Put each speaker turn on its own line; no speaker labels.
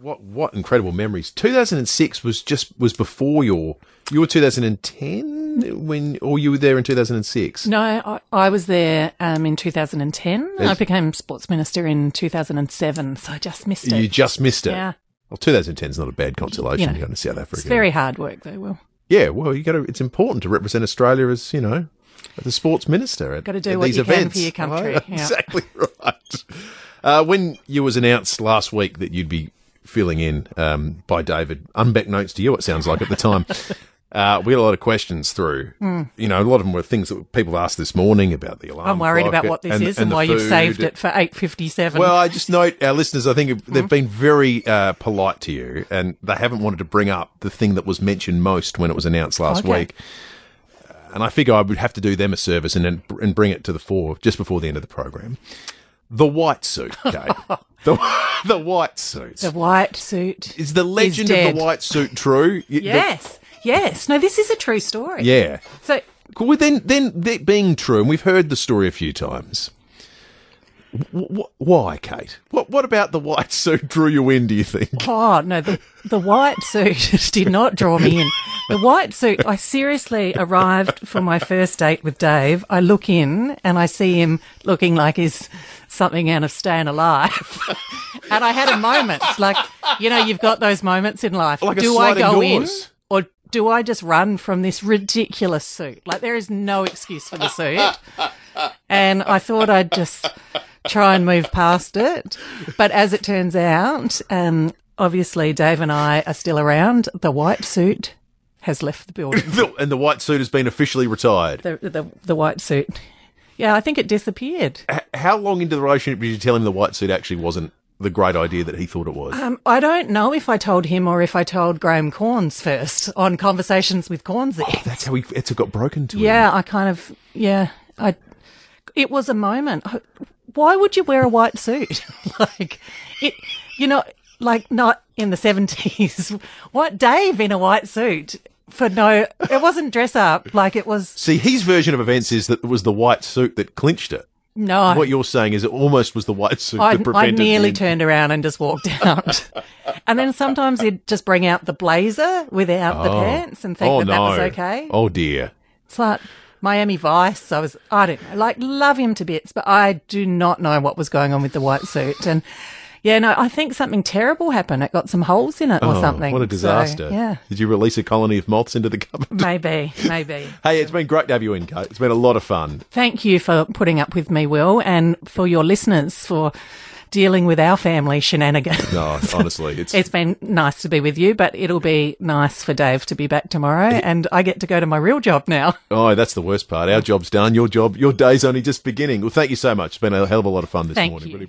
what what incredible memories. 2006 was just was before your you were 2010 when or you were there in 2006.
No, I, I was there um, in 2010. I
Yes.
became sports minister in 2007, so I just missed it.
You just missed it.
Yeah.
Well, 2010 is not a bad consolation.
You
You
know,
are going to South Africa.
It's very hard work, though, Will.
yeah. Well, you got to. It's important to represent Australia as you know, as the sports minister at,
Gotta do
at
what
these
you can
events
for your country,
Right?
yeah.
Exactly right. Uh, when you was announced last week that you'd be filling in um, by David, unbeknownst to you, it sounds like at the time. Uh, we had a lot of questions through. You know, a lot of them were things that people asked this morning about the alarm.
Hmm. I'm worried
clock
about what this is and,
the
why you've
food.
saved it for 8.57.
Well, I just note our listeners. I think
Mm-hmm.
they've been very uh, polite to you, and they haven't wanted to bring up the thing that was mentioned most when it was announced last
Okay.
week. Uh, And I figure I would have to do them a service and then- and bring it to the fore just before the end of the program. The white suit, Kate. the, the white suits.
the white suit.
is the legend of
dead.
the white suit true? Y- the-
yes, yes. No, this is a true story.
yeah.
So
Well, then, then that being true, and we've heard the story a few times. W- w- why, Kate? What What about the white suit drew you in? Do you think?
Oh no, the, the white suit did not draw me in. The white suit. I seriously arrived for my first date with Dave. I look in and I see him looking like he's something out of Staying Alive, and I had a moment like you know you've got those moments in life.
Like a
do I
sliding
go
doors.
in or do I just run from this ridiculous suit? Like there is no excuse for the suit and I thought I'd just try and move past it. But as it turns out, um, obviously Dave and I are still around. The white suit has left the building.
The- and the white suit has been officially retired.
the, the the white suit. Yeah, I think it disappeared.
H- How long into the relationship did you tell him the white suit actually wasn't the great idea that he thought it was?
Um, I don't know if I told him or if I told Graham Corns first on conversations with Cornsy.
That's how he it's got broken to him.
Yeah, I kind of yeah. I it was a moment. I- Why would you wear a white suit? like it, you know, like not in the seventies. What Dave in a white suit for no? It wasn't dress up. Like it was
See, his version of events is that it was the white suit that clinched it.
no.
What you're saying is it almost was the white suit
I,
that
I
prevented
nearly
him.
turned around and just walked out. and then sometimes he'd just bring out the blazer without the pants and think
oh,
that
no.
that was okay.
Oh, dear.
It's like Miami Vice. I was, I don't know, like love him to bits, but I do not know what was going on with the white suit. And yeah, no, I think something terrible happened. It got some holes in it or
Oh,
something.
What a
So,
disaster.
yeah.
Did you release a colony of moths into the cupboard?
Maybe, maybe.
Hey, it's been great to have you in, Kate. It's been a lot of fun.
Thank you for putting up with me, Will, and for your listeners for dealing with our family shenanigans.
No, Oh, honestly, it's,
It's been nice to be with you, but it'll be nice for Dave to be back tomorrow, and I get to go to my real job now.
oh, that's the worst part. Our job's done. Your job, your day's only just beginning. Well, thank you so much. It's been a hell of a lot of fun this
Thank
morning.
you.
Really